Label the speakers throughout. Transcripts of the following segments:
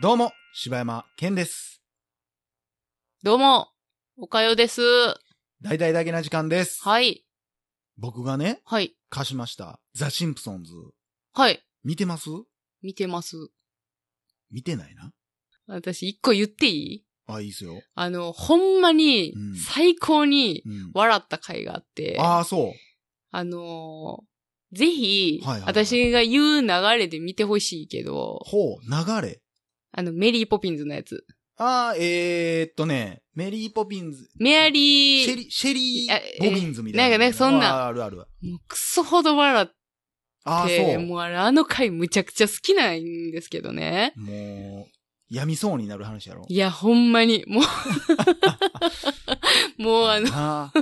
Speaker 1: どうも、柴山健です。
Speaker 2: どうも、おかよです。
Speaker 1: 大々だけな時間です。
Speaker 2: はい、
Speaker 1: 僕がね、
Speaker 2: はい、
Speaker 1: 貸しました。ザ・シンプソンズ。
Speaker 2: はい、
Speaker 1: 見てます
Speaker 2: 見てます。
Speaker 1: 見てないな。
Speaker 2: 私、一個言っていい
Speaker 1: あ、いいっすよ。
Speaker 2: あの、ほんまに
Speaker 1: うん、
Speaker 2: 最高に
Speaker 1: うん。
Speaker 2: 笑った回があって、
Speaker 1: ああ、そ
Speaker 2: あのーぜひ、
Speaker 1: はいはいはい
Speaker 2: 私が言う流れで見てほしいけど
Speaker 1: う。、ほう、流れ。
Speaker 2: あの、メリーポピンズのやつ。
Speaker 1: ああ、えー、っとね、メリー・ポピンズ、
Speaker 2: メア
Speaker 1: シ
Speaker 2: リ
Speaker 1: ェ
Speaker 2: ー、
Speaker 1: リシェリ
Speaker 2: あ
Speaker 1: ー・
Speaker 2: え
Speaker 1: ボビンズみたいな。
Speaker 2: なんかねそん
Speaker 1: あー
Speaker 2: な
Speaker 1: あるある。
Speaker 2: もうクソほど笑っ
Speaker 1: ああ、そ
Speaker 2: て、
Speaker 1: う。
Speaker 2: もうあれあの回むちゃくちゃ好きなんですけどね。
Speaker 1: もう、やみそうになる話やろ。
Speaker 2: いや、ほんまに、もう、 もうあの、
Speaker 1: の、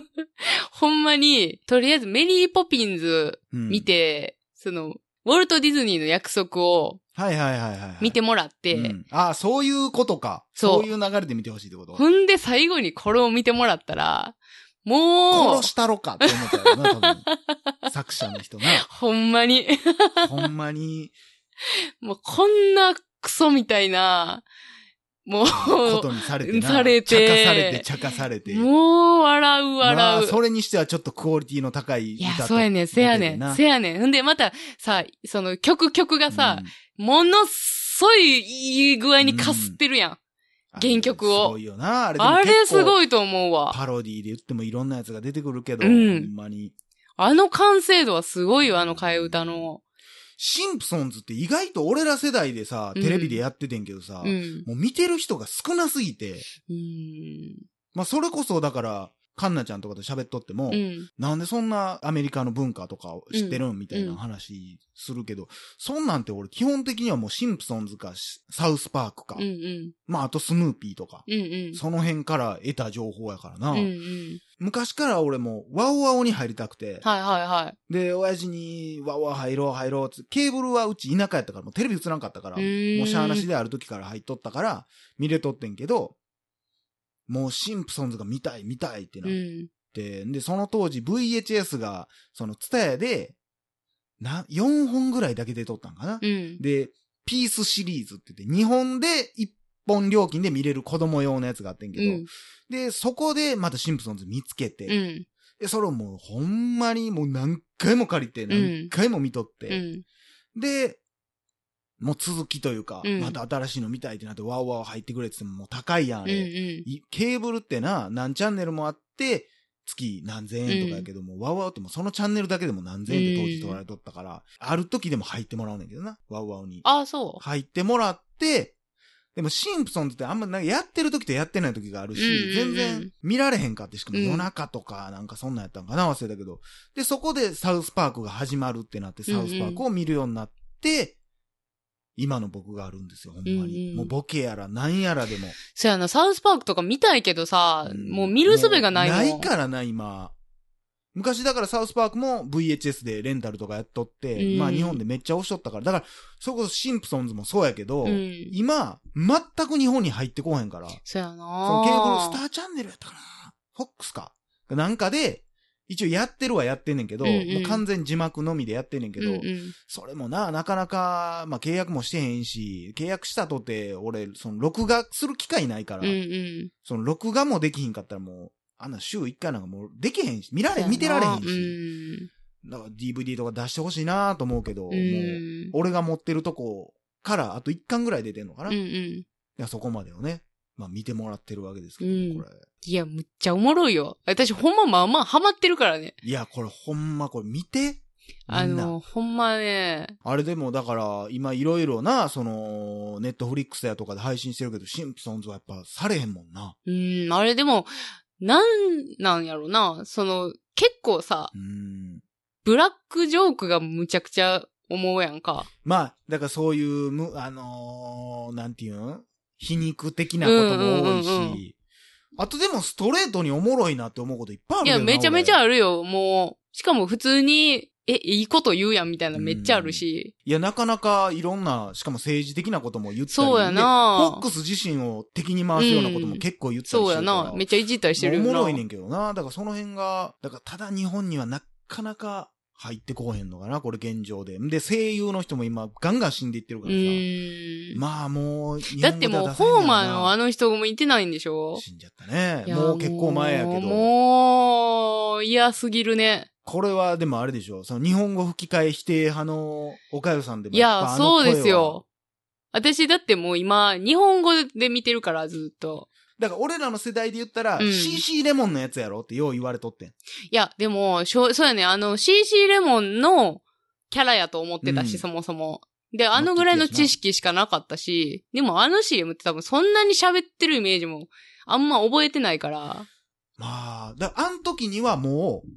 Speaker 2: ほんまに、とりあえずメリーポピンズ
Speaker 1: うん
Speaker 2: 見。て、その、ウォルト・ディズニーの約束を
Speaker 1: はいはいはいはいはい。
Speaker 2: 見てもらって、
Speaker 1: うんああ、そういうことか。
Speaker 2: そ
Speaker 1: そうういう流れで見てほしいってこと
Speaker 2: ほんで最後にこれを見てもらったら、もう
Speaker 1: 殺、したろかって思ったよな、多分。作者の人な。
Speaker 2: ほんまに、
Speaker 1: ほんまに、
Speaker 2: もうこんなクソみたいな、も
Speaker 1: こ
Speaker 2: う、
Speaker 1: とにされてな。
Speaker 2: されて
Speaker 1: 茶化されて、茶化されて。
Speaker 2: もう笑う
Speaker 1: ま
Speaker 2: 笑
Speaker 1: あ
Speaker 2: う。
Speaker 1: それにしてはちょっとクオリティの高い
Speaker 2: い
Speaker 1: 歌
Speaker 2: や、
Speaker 1: と
Speaker 2: そうやねん、せやね、
Speaker 1: 出てるなん
Speaker 2: せやねん。ほんで、また、さ、その曲、曲がさ、
Speaker 1: うん
Speaker 2: ものすごいいい具合にかすってるやん。
Speaker 1: あれ
Speaker 2: 原曲を
Speaker 1: すごいよな、あれ。
Speaker 2: あれす
Speaker 1: い。
Speaker 2: ごいと思うわ。
Speaker 1: パロディで言ってもいろんなやつが出てくるけど、
Speaker 2: う
Speaker 1: ほ
Speaker 2: ん
Speaker 1: んまに。
Speaker 2: あの完成度はすごいよ、あの替え歌の。
Speaker 1: シンプソンズって意外と俺ら世代でさ、テレビでやっててんけどさ、
Speaker 2: うん。
Speaker 1: もう見てる人が少なすぎて、
Speaker 2: うん。
Speaker 1: まあそれこそだから、カンナちゃんとかと喋っとっても、
Speaker 2: うん。
Speaker 1: なんでそんなアメリカの文化とかを知ってるんみたいな話するけど、そんなんて俺基本的にはもうシンプソンズかしサウスパークか、
Speaker 2: うん。うん。
Speaker 1: まああとスヌーピーとか、
Speaker 2: うん。うん。
Speaker 1: その辺から得た情報やからな。
Speaker 2: うん。うん。
Speaker 1: 昔から俺もワオワオに入りたくて、
Speaker 2: はいはいは
Speaker 1: で、親父にワオワオ入ろう入ろうって、ケーブルはうち田舎やったからもうテレビ映らんかったから、
Speaker 2: うーん
Speaker 1: もうしゃーなしである時から入っとったから見れとってんけど、もうシンプソンズが見たい見たいってなっ
Speaker 2: い。う
Speaker 1: て
Speaker 2: ん。
Speaker 1: って、で、その当時 VHS が、そのツタヤで、な、4本ぐらいだけで撮ったんかな、
Speaker 2: うん。
Speaker 1: で、ピースシリーズって言って、2本で1本料金で見れる子供用のやつがあってんけ
Speaker 2: う
Speaker 1: ど、
Speaker 2: ん。
Speaker 1: で、そこでまたシンプソンズ見つけて、
Speaker 2: うん。
Speaker 1: で、それをもうほんまにもう何回も借りて、何回も見とって、
Speaker 2: うん。
Speaker 1: で、もう続きというか、
Speaker 2: うん
Speaker 1: また新しいの見たいってなって、ワーワー入ってくれって言ってももう高いやん、あ
Speaker 2: うん。う
Speaker 1: れ
Speaker 2: ん。
Speaker 1: いケーブルってな、何チャンネルもあって、月何千円とかやけども、ワウワウってもうそのチャンネルだけでも何千円で当時取られとったから、ある時でも入ってもらうねんけどな、ワウワウに。
Speaker 2: あ、そ
Speaker 1: 入ってもらって、でもシンプソンズってあんまなんかやってる時とやってない時があるし、
Speaker 2: うんうんうん
Speaker 1: 全然見られへんかって、しかも
Speaker 2: うん
Speaker 1: 夜中とかなんかそんなんやったんかな、忘れたけど。で、そこでサウスパークが始まるってなって、
Speaker 2: うんうん
Speaker 1: サウスパークを見るようになって、今の僕があるんですよ、ほんま
Speaker 2: うんう
Speaker 1: に。
Speaker 2: ん
Speaker 1: もうボケやら何やらでも。
Speaker 2: う。そやな、サウスパークとか見たいけどさ、
Speaker 1: ん
Speaker 2: もう見る術がないもん。
Speaker 1: ないからな、今。昔だからサウスパークも VHS でレンタルとかやっとって、
Speaker 2: うん
Speaker 1: まあ日本でめっちゃ押しとったから、だから、それこそシンプソンズもそうやけど、
Speaker 2: うん。
Speaker 1: 今、全く日本に入ってこへんから、
Speaker 2: そやな
Speaker 1: そのケーブルスターチャンネルやったかなフォックスかなんかで、一応やってるはやってんねんけど、
Speaker 2: うんうん
Speaker 1: もう完全字幕のみでやってんねんけど、
Speaker 2: うんうん。
Speaker 1: それもな、なかなか、まあ契約もしてへんし、契約したとて、俺、その録画する機会ないから、
Speaker 2: うんうん。
Speaker 1: その録画もできひんかったらもう、あんな週一回なんかもうできへんし、見ら
Speaker 2: そや
Speaker 1: れ、
Speaker 2: な
Speaker 1: 見てられへん
Speaker 2: う
Speaker 1: し。
Speaker 2: ん。
Speaker 1: だから DVD とか出してほしいなと思うけど、も
Speaker 2: う。
Speaker 1: うん
Speaker 2: うん
Speaker 1: 俺が持ってるとこからあと一巻ぐらい出てんのかな、
Speaker 2: う
Speaker 1: い
Speaker 2: ん。
Speaker 1: やそこまでをね、まあ見てもらってるわけですけど、
Speaker 2: うん
Speaker 1: これ。
Speaker 2: いや、むっちゃおもろいよ。私ほんままあまあハマってるからね。
Speaker 1: いや、これほんまこれ見て。み
Speaker 2: あ
Speaker 1: んな。
Speaker 2: の、ほんまね、
Speaker 1: あれでもだから、今いろいろな、その、ネットフリックスやとかで配信してるけど、シンプソンズはやっぱされへんもんな。
Speaker 2: うん、あれでも、なんなんやろな。その、結構さ、
Speaker 1: うん。
Speaker 2: ブラックジョークがむちゃくちゃ思うやんか。
Speaker 1: まあ、だからそういう、む、あのーなんていうん皮肉的なことも多いし、
Speaker 2: うんうんうんう
Speaker 1: あとでもストレートにおもろいなって思うこといっぱいある
Speaker 2: い
Speaker 1: よ
Speaker 2: や、
Speaker 1: な
Speaker 2: めちゃめちゃ
Speaker 1: 俺
Speaker 2: あるよ、もう。しかも普通に、え、いいこと言うやんみたいなめっちゃあるし。
Speaker 1: いや、なかなかいろんな、しかも政治的なことも言ったり
Speaker 2: そうやな
Speaker 1: でフォックス自身を敵に回すようなことも結構言ったり
Speaker 2: そ
Speaker 1: し
Speaker 2: う
Speaker 1: て
Speaker 2: や
Speaker 1: るから
Speaker 2: な。めっちゃいじったりしてるよ
Speaker 1: お
Speaker 2: な。
Speaker 1: もろいねんけどな。だからその辺が、だからただ日本にはなかなか入ってこうへんのかな、これ現状で。んで、声優の人も今、ガンガン死んでいってる
Speaker 2: う
Speaker 1: からさ。
Speaker 2: ーん。
Speaker 1: まあもう、日
Speaker 2: だ
Speaker 1: 本
Speaker 2: っ
Speaker 1: 語
Speaker 2: て
Speaker 1: では
Speaker 2: もう、
Speaker 1: 出せへんやろ
Speaker 2: ホ
Speaker 1: な
Speaker 2: ーマーのあの人もいてないんでしょ
Speaker 1: 死んじゃったね。
Speaker 2: いや
Speaker 1: もう結構前やけど。
Speaker 2: もう、嫌すぎるね。
Speaker 1: これはでもあれでしょ。その日本語吹き替え否定派の岡代さんでも
Speaker 2: い
Speaker 1: っぱ
Speaker 2: や、
Speaker 1: あの
Speaker 2: そう
Speaker 1: 声は
Speaker 2: ですよ。。私だってもう今、日本語で見てるから、ずっと。
Speaker 1: だから俺らの世代で言ったら、
Speaker 2: うん
Speaker 1: CC レモンのやつやろってよう言われとってん。
Speaker 2: いや、でも、しょそうやね、あの、CC レモンのキャラやと思ってたし、
Speaker 1: うん
Speaker 2: そもそも。で、あのぐらいの知識しかなかったし、でもあの CM って多分そんなに喋ってるイメージも、あんま覚えてないから。
Speaker 1: まあ、だからあの時にはもう、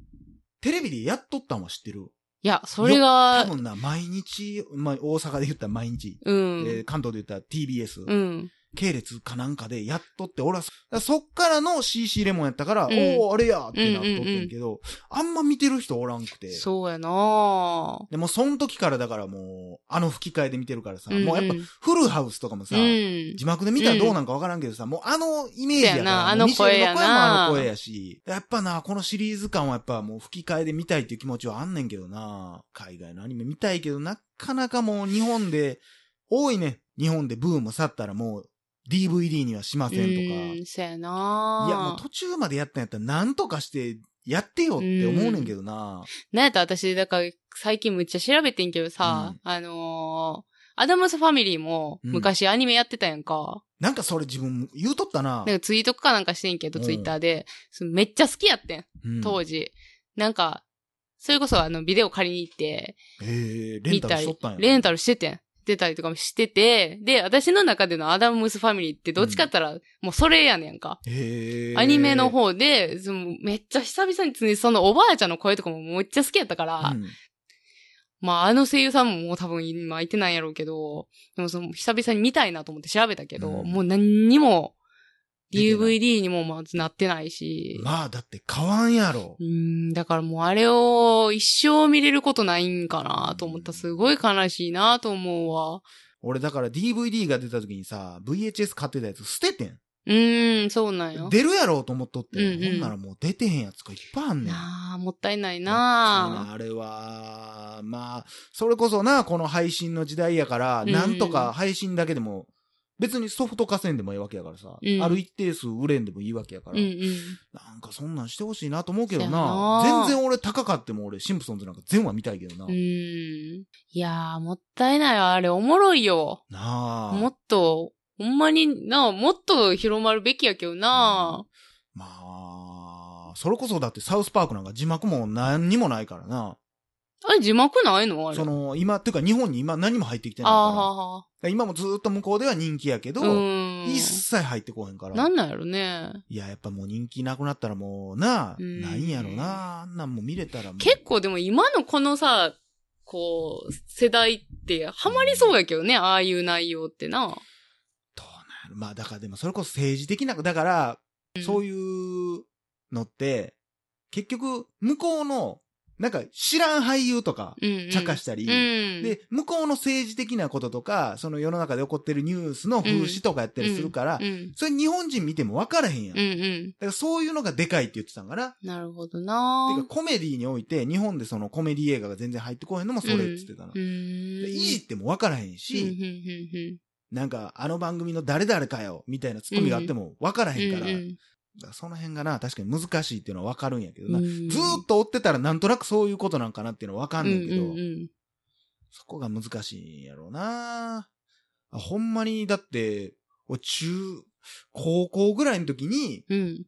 Speaker 1: テレビでやっとったんは知ってる。
Speaker 2: いや、それ
Speaker 1: 多
Speaker 2: が、
Speaker 1: 分な、毎日、まあ大阪で言ったら毎日、
Speaker 2: う
Speaker 1: えー
Speaker 2: ん。
Speaker 1: 関東で言ったら TBS、
Speaker 2: うん。
Speaker 1: 系列かなんかでやっとって、俺はそ、だからそっからの CC レモンやったから、
Speaker 2: ん
Speaker 1: おおあれやってなっとってんけど、あんま見てる人おらんくて。
Speaker 2: そうやなぁ。
Speaker 1: でも、その時からだからもう、あの吹き替えで見てるからさ、
Speaker 2: んん
Speaker 1: もうやっぱ、フルハウスとかもさ、
Speaker 2: うん。
Speaker 1: 字幕で見たらどうなんかわからんけどさ、もうあのイメージやから
Speaker 2: そうやな
Speaker 1: もう
Speaker 2: あの声やな
Speaker 1: ミシェルの声もあの声やし、やっぱな、このシリーズ感はやっぱもう吹き替えで見たいっていう気持ちはあんねんけどな、海外のアニメ見たいけど、なかなかもう日本で、多いね、日本でブーム去ったらもう DVD にはしませんとか、
Speaker 2: うん、そうやないぁ。
Speaker 1: やもう途中までやったんやったらなんとかして、やってよって思うねんけどな。
Speaker 2: なんやったら私、だから最近むっちゃ調べてんけどさ、あのー、アダムスファミリーも
Speaker 1: うん
Speaker 2: 昔アニメやってたやんか。
Speaker 1: なんかそれ自分言うとったな。
Speaker 2: なんかツイートかなんかしてんけど、
Speaker 1: うん
Speaker 2: ツイッターで。そのめっちゃ好きやってん、
Speaker 1: うん
Speaker 2: 当時。なんか、それこそあのビデオ借りに行って、
Speaker 1: ええレン
Speaker 2: 見
Speaker 1: タル
Speaker 2: た
Speaker 1: しとっ
Speaker 2: り
Speaker 1: たんや、。
Speaker 2: レンタルしててん。出たりとかもしてて、で、私の中でのアダムスファミリーってどっちかって言ったら、もうそれやねんか。
Speaker 1: へえ
Speaker 2: アニメの、方で、そのめっちゃ久々に常にそのおばあちゃんの声とかもめっちゃ好きやったから、
Speaker 1: うん
Speaker 2: まあ、あの声優さんももう多分今いてないんやろうけど、でもその久々に見たいなと思って調べたけど、
Speaker 1: うん
Speaker 2: もう何にも
Speaker 1: 出てない
Speaker 2: DVD にもまずなってないし、
Speaker 1: まあ、だって変わんやろ
Speaker 2: う。ん、だからもうあれを一生見れることないんかなと思ったらすごい悲しいなと思うわ。
Speaker 1: 俺だから DVD が出た時にさ、VHS 買ってたやつ捨ててん。
Speaker 2: うーん、そうなんよ。
Speaker 1: 出るやろうと思っとって。
Speaker 2: うんうん
Speaker 1: ほんならもう出てへんやつがいっぱいあんねん。
Speaker 2: なあ、もったいない
Speaker 1: もったい
Speaker 2: な
Speaker 1: ないあれは、まあ、それこそな、この配信の時代やから、
Speaker 2: うん
Speaker 1: なんとか配信だけでも、別にソフト化せんでもいいわけやからさ、
Speaker 2: うん
Speaker 1: ある一定数売れんでもいいわけやから、
Speaker 2: うんうん。
Speaker 1: なんかそんなんしてほしいなと思うけど
Speaker 2: そや
Speaker 1: な
Speaker 2: な
Speaker 1: 全然俺高かっても俺シンプソンズなんか全話見たいけどな、
Speaker 2: うん。
Speaker 1: ない
Speaker 2: やあ、もったいないわ。あれおもろいよ。
Speaker 1: あ
Speaker 2: もっと、ほんまになあ、もっと広まるべきやけどなあ。
Speaker 1: まあ、それこそだってサウスパークなんか字幕も何にもないからな。
Speaker 2: あれ字幕ないのあれ。
Speaker 1: その、今、っていうか日本に今何も入ってきてない
Speaker 2: あー
Speaker 1: か
Speaker 2: はは
Speaker 1: ら。今もずっと向こうでは人気やけど、
Speaker 2: うーん。
Speaker 1: 一切入ってこへんから。
Speaker 2: なんなんやろね。
Speaker 1: いや、やっぱもう人気なくなったらもうな、
Speaker 2: うん
Speaker 1: ないんやろな、あんなんもう見れたらもう。
Speaker 2: 結構でも今のこのさ、こう、世代ってハマりそうやけどね、ああいう内容ってな。
Speaker 1: どうなるまあだからでもそれこそ政治的な、だから、そう
Speaker 2: い
Speaker 1: いうのって、結局、向こうの、なんか知らん俳優とか、
Speaker 2: うん、うん。
Speaker 1: 茶化したり、
Speaker 2: うん。
Speaker 1: で、向こうの政治的なこととか、その世の中で起こってるニュースの風刺とかやったりするから、
Speaker 2: うん、うん
Speaker 1: それ日本人見ても分からへんやん。
Speaker 2: う
Speaker 1: だ
Speaker 2: ん。
Speaker 1: からそういうのがでかいって言ってたんかな。
Speaker 2: なるほどな
Speaker 1: てかコメディにおいて、日本でそのコメディ映画が全然入ってこへんのもそれって言ってたな。
Speaker 2: うーん。
Speaker 1: でいいっても分からへん
Speaker 2: うん、
Speaker 1: し、
Speaker 2: うん
Speaker 1: なんかあの番組の誰々かよ、みたいなツッコミがあっても分からへんから、
Speaker 2: うん
Speaker 1: だからその辺がな、確かに難しいっていうのは分かるんやけど
Speaker 2: うん
Speaker 1: な。
Speaker 2: う
Speaker 1: ず
Speaker 2: ん。
Speaker 1: ーっと追ってたらなんとなくそういうことなんかなっていうのは分かんねんけど、
Speaker 2: うんうんうん
Speaker 1: そこが難しいんやろうなあほんまに、だって、俺中、高校ぐらいの時に、
Speaker 2: うん。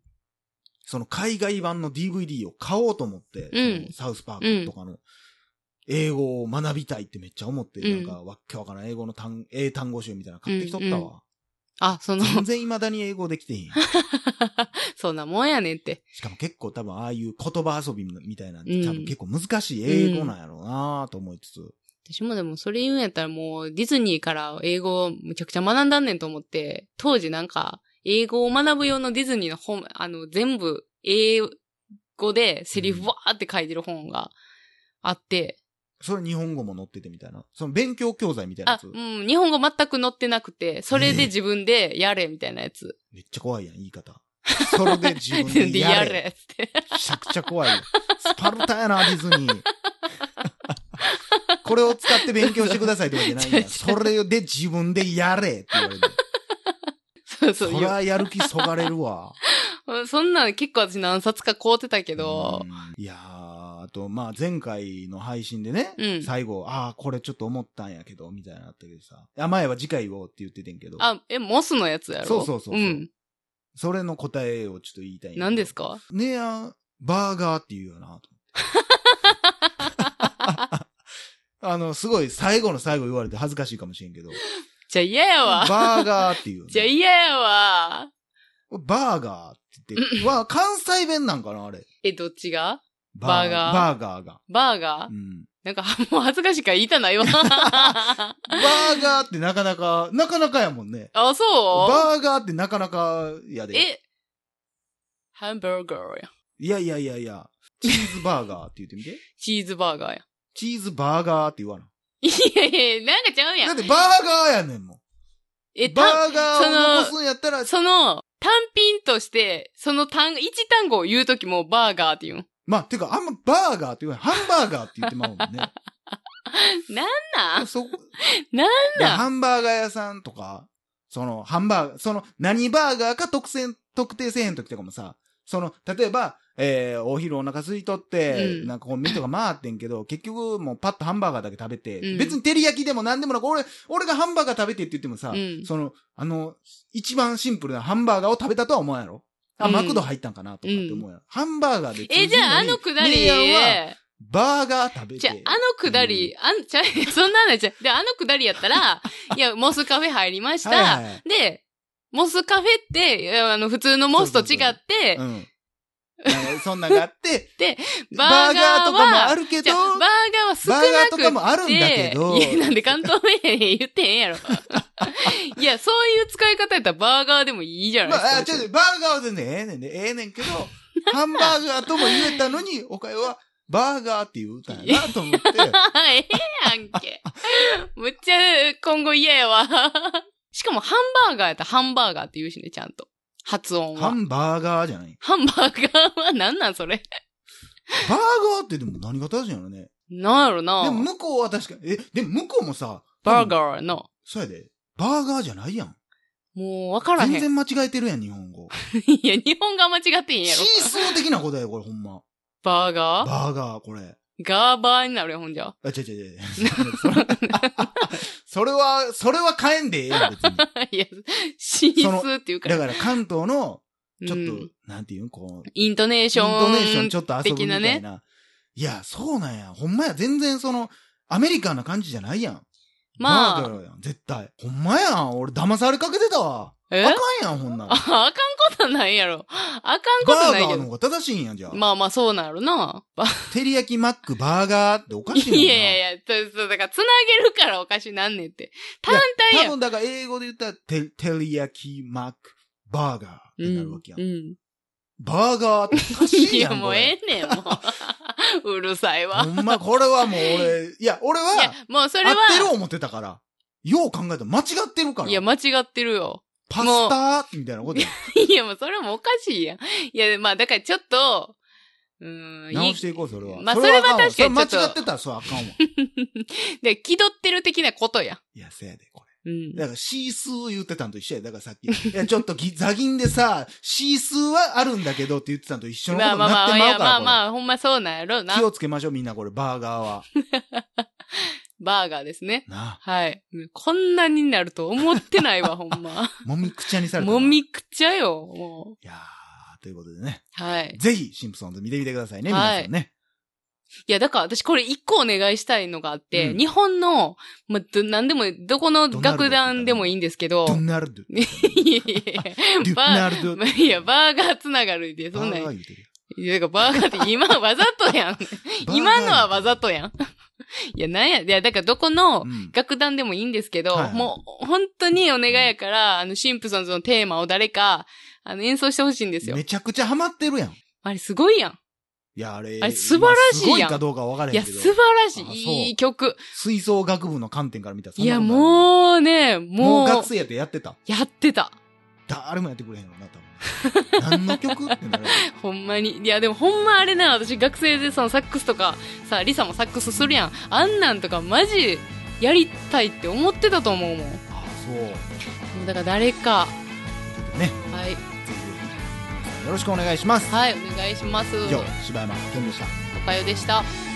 Speaker 1: その海外版の DVD を買おうと思って、
Speaker 2: うん
Speaker 1: そのサウスパークとかの、英語を学びたいってめっちゃ思って、
Speaker 2: うん
Speaker 1: なんかわっけわからん英語の単、英単語集みたいなの買ってきとったわ。
Speaker 2: あ、その、
Speaker 1: 全 然未だに英語できてへん。
Speaker 2: そんなもんやねんって。
Speaker 1: しかも結構多分ああいう言葉遊びみたいなん
Speaker 2: うん
Speaker 1: て多分結構難しい英語なんやろうなと思いつつ。
Speaker 2: 私もでもそれ言うんやったらもうディズニーから英語をむちゃくちゃ学んだんねんと思って、当時なんか英語を学ぶ用のディズニーの本、あの全部英語でセリフわーって書いてる本があって、
Speaker 1: それ日本語も載っててみたいな。その勉強教材みたいなや
Speaker 2: あ、
Speaker 1: つ
Speaker 2: う。ん、日本語全く載ってなくて、それで自分でやれみたいなやつ。
Speaker 1: めっちゃ怖いやん、言い方。それで自
Speaker 2: 自
Speaker 1: 分
Speaker 2: 分
Speaker 1: で
Speaker 2: でや
Speaker 1: やれ。
Speaker 2: れっつって。
Speaker 1: めちゃくちゃ怖いよ。スパルタやな、ディズニー。これを使って勉強してくださいってわけじゃないん
Speaker 2: 違う違
Speaker 1: だ。
Speaker 2: う
Speaker 1: それで自分でやれって言われて。
Speaker 2: そう そ。
Speaker 1: そうりゃやる気そがれるわ。
Speaker 2: よそんなん結構私何冊か買うてたけど
Speaker 1: う、んいやー、あと、まあ、前回の配信でね、
Speaker 2: うん
Speaker 1: 最後、ああ、これちょっと思ったんやけど、みたいなのあったけどさ。あ、前は次回をって言っててんけど、
Speaker 2: あ、え、モスのやつやろ
Speaker 1: そうそうそうそう
Speaker 2: うん。
Speaker 1: それの答えをちょっと言いたいんやけど
Speaker 2: 何ですか
Speaker 1: ねや、バーガーって言うよな、と思 って。あの、すごい、最後の最後言われて恥ずかしいかもしれんけど、
Speaker 2: じゃあ嫌やわ。
Speaker 1: バーガーっていう、
Speaker 2: じゃあ嫌やわ。
Speaker 1: バーガーって言って、わ、関西弁なんかな、あれ。
Speaker 2: え、どっちがバーガー
Speaker 1: バーガーが。
Speaker 2: バーガー
Speaker 1: うん。
Speaker 2: なんか、 もう恥ずかしいから言いたないわ。
Speaker 1: バーガーってなかなか、なかなかやもんね。
Speaker 2: あ、そ
Speaker 1: バーガーってなかなかや
Speaker 2: う
Speaker 1: で。
Speaker 2: え、ハンバーガーや。
Speaker 1: いやいやいやいや、チーズバーガーって言って みて。
Speaker 2: チーズバーガーや。
Speaker 1: チーズバーガーって言わな。
Speaker 2: いやいや、なんかちゃうや
Speaker 1: だっ
Speaker 2: ん。
Speaker 1: てバーガーやねんもん。
Speaker 2: え、
Speaker 1: バ
Speaker 2: た、
Speaker 1: ーガーを残すんやったら、
Speaker 2: その、単品として、その単、一単語を言うときもバーガーって言うん。
Speaker 1: まあ、てか、あんまバーガーって言わない。ハンバーガーって言ってまうもん ね。
Speaker 2: なん
Speaker 1: そこ、
Speaker 2: なん
Speaker 1: だ
Speaker 2: なん
Speaker 1: ハンバーガー屋さんとか、その、ハンバーガー、その、何バーガーか特選、特定せえへん時とかもさ、その、例えば、えー、お昼お腹空いとって、
Speaker 2: うん
Speaker 1: なんかコンビニとか回ってんけど、結局もうパッとハンバーガーだけ食べて、
Speaker 2: うん
Speaker 1: 別に照り焼きでも何でもなく、俺、俺がハンバーガー食べてって言ってもさ、
Speaker 2: うん
Speaker 1: その、あの、一番シンプルなハンバーガーを食べたとは思わんやろあ、
Speaker 2: うん
Speaker 1: マクド入ったんかなとかって思うやろ、ハンバーガーで通
Speaker 2: え、
Speaker 1: じ
Speaker 2: じ
Speaker 1: んのに
Speaker 2: ゃああのくだり、
Speaker 1: 姉やんはバーガー食べて。
Speaker 2: じゃあ、あのくだり、あん、ちゃう、そんな話じゃう、で、あのくだりやったら、いや、モスカフェ入りました。
Speaker 1: はいはいはい
Speaker 2: で、モスカフェって、いやあの、普通のモスと違って、
Speaker 1: うん。なんかそんなんがあって、
Speaker 2: で、
Speaker 1: バーガーとかもあるけど、
Speaker 2: じゃあバーガーは少な
Speaker 1: バ
Speaker 2: くて
Speaker 1: ーガーとかもあるんだけど
Speaker 2: いや、なんで関東名言ってへんやろ。いや、そういう使い方やったらバーガーでもいいじゃ
Speaker 1: ま
Speaker 2: ないです
Speaker 1: あ、
Speaker 2: か。
Speaker 1: あちょっと、バーガーは全然ええねんで、ええねんけど、ハンバーガーとも言えたのに、おかよは、バーガーって言うたんやなと思って、
Speaker 2: ええやんけ。むっちゃ今後嫌やわ。しかもハンバーガーやったらハンバーガーって言うしね、ちゃんと。発音
Speaker 1: ハ
Speaker 2: は。
Speaker 1: ンバーガーじゃない。
Speaker 2: ハンバーガーは何なんそれ。
Speaker 1: バーガーってでも何が正しいんやろね。
Speaker 2: なんやろな
Speaker 1: でも向こうは確かに、え、でも向こうもさ、
Speaker 2: バー
Speaker 1: ー。
Speaker 2: ガーの。
Speaker 1: そうやで。バーガーじゃないやん。
Speaker 2: もうわからへん。
Speaker 1: 全然間違えてるやん、日本語。
Speaker 2: いや、日本が間違ってんやろ。
Speaker 1: シーソー的なことやよ、これほんま。
Speaker 2: バーガー
Speaker 1: バーガー、これ。
Speaker 2: ガーバーになるよ、ほんじゃ。
Speaker 1: あ、違う違う違う。それそれは、それは変えんでええやん、 別に。
Speaker 2: いや、シースーっていうから。
Speaker 1: だから関東の、ちょっと、
Speaker 2: うん
Speaker 1: なんていうん、こう、イ
Speaker 2: イントネーション。
Speaker 1: ントネーションちょっと遊ぶみたいな。
Speaker 2: 的
Speaker 1: いや、そうなんや。ほんまや。全然その、アメリカンな感じじゃないやん。
Speaker 2: まあ
Speaker 1: バーガーやん、絶対。ほんまやん。俺騙されかけてたわ。
Speaker 2: え
Speaker 1: あか
Speaker 2: あ
Speaker 1: んやん、ほんなん。
Speaker 2: あ
Speaker 1: バ
Speaker 2: かんことないやろ。あかん
Speaker 1: ー
Speaker 2: こと
Speaker 1: ガ
Speaker 2: ないけ
Speaker 1: ーの
Speaker 2: ど。
Speaker 1: 方が正しいんや、じゃあ。
Speaker 2: まあまあ、そうなるな。ば
Speaker 1: 照り焼きマック、バーガーっておかしい
Speaker 2: い
Speaker 1: もんな
Speaker 2: やいやいや、そうそうだから、つなげるからおかしなんねんって。単体
Speaker 1: 多
Speaker 2: やん。
Speaker 1: 分、だから英語で言ったら、て照り焼きマック、バーガーってなるわけやん。
Speaker 2: うん。うん
Speaker 1: バーガーっておかしい
Speaker 2: い
Speaker 1: や
Speaker 2: や、
Speaker 1: ん。
Speaker 2: も
Speaker 1: こ
Speaker 2: う
Speaker 1: れ
Speaker 2: ええねん、も う。うるさいわ。
Speaker 1: ほんま、これはもう俺、いや、俺
Speaker 2: いや
Speaker 1: は、、
Speaker 2: もうそれ
Speaker 1: 合ってる
Speaker 2: は、
Speaker 1: 思ってたから。よう考えたら間違ってるから。
Speaker 2: いや、間違ってるよ。
Speaker 1: パスタみたいなことや
Speaker 2: いや、もうそれもおかしいやん。いや、まあ、だからちょっと、うーん、
Speaker 1: 直していこう、それは。
Speaker 2: まあそれは
Speaker 1: あかんわ
Speaker 2: 確かにちょっと
Speaker 1: それ間違ってたら、そうあ かんわ。
Speaker 2: で、気取ってる的なことや。
Speaker 1: いや、せやで、これ。
Speaker 2: うん。
Speaker 1: だから、シースー言ってたんと一緒や。だからさっき。いや、ちょっとぎザギンでさ、シースーはあるんだけどって言ってたんと一緒のこと
Speaker 2: まあ
Speaker 1: に
Speaker 2: まあ
Speaker 1: なって
Speaker 2: まあ、い
Speaker 1: まう
Speaker 2: や、
Speaker 1: から
Speaker 2: ま
Speaker 1: こ
Speaker 2: あ
Speaker 1: れ。
Speaker 2: まあ、ほんまそうなんやろうな
Speaker 1: 気。をつけましょう、みんな、これ、バーガーは。
Speaker 2: バーガーですね。
Speaker 1: な
Speaker 2: はい。こんなになると思ってな いわ、ほんま。
Speaker 1: あ、もみくちゃにされたな。
Speaker 2: もみくちゃよ、も
Speaker 1: いやー、ということでね。
Speaker 2: う。はい。
Speaker 1: ぜひ、シンプソンズ見てみてくださいね、
Speaker 2: はい
Speaker 1: 皆さんね。
Speaker 2: いや、だから私これ一個お願いしたいのがあって、
Speaker 1: うん
Speaker 2: 日本の、まあ、ど、なんでも、どこの
Speaker 1: ドナルド
Speaker 2: 楽団でもいいんですけど、
Speaker 1: ドナルド。
Speaker 2: いやいやい
Speaker 1: ドナ
Speaker 2: やバ
Speaker 1: ルド。
Speaker 2: ー、いや、バーガーつながるで、そんな
Speaker 1: バーガー
Speaker 2: ん。
Speaker 1: 言うてる
Speaker 2: いや、だからバーガーって今わざと やん。
Speaker 1: やん
Speaker 2: 今のはわざとやん。 いや、なんや、いや、だからどこの
Speaker 1: うん
Speaker 2: 楽団でもいいんですけど、
Speaker 1: はいはい
Speaker 2: もう本当にお願いやから、あの、シンプソンズのテーマを誰か、あの、演奏してほしいんですよ
Speaker 1: め。ちゃくちゃハマってるやん。い
Speaker 2: あれすごいやん。
Speaker 1: や、あれ。
Speaker 2: あれ素晴らしいやん
Speaker 1: まあすごいかどうかは分からへ
Speaker 2: いや、
Speaker 1: んけ
Speaker 2: 素
Speaker 1: ど。
Speaker 2: 晴らし
Speaker 1: あそう
Speaker 2: い。いい曲。
Speaker 1: 吹奏楽部の観点から見たらそん
Speaker 2: い
Speaker 1: な
Speaker 2: や、
Speaker 1: ことある
Speaker 2: もうね、
Speaker 1: もう
Speaker 2: も
Speaker 1: 学
Speaker 2: う、
Speaker 1: 生やってやってた。
Speaker 2: やってた。
Speaker 1: 誰もやってくれへんのな、多分。 何の曲ってなる。
Speaker 2: ほんまに。いや、でもほんまあれな、私学生でそのサックスとか、さ、リサもサックスするやん。あんなんとかマジやりたいって思ってたと思うもん。
Speaker 1: ああ、そう。
Speaker 2: だから誰か、
Speaker 1: ということでね、
Speaker 2: はい、
Speaker 1: ぜひ、よろしくお願いします。
Speaker 2: はい、お願いします。
Speaker 1: 以上、柴山健でした。
Speaker 2: おかよでした。
Speaker 1: バイバイ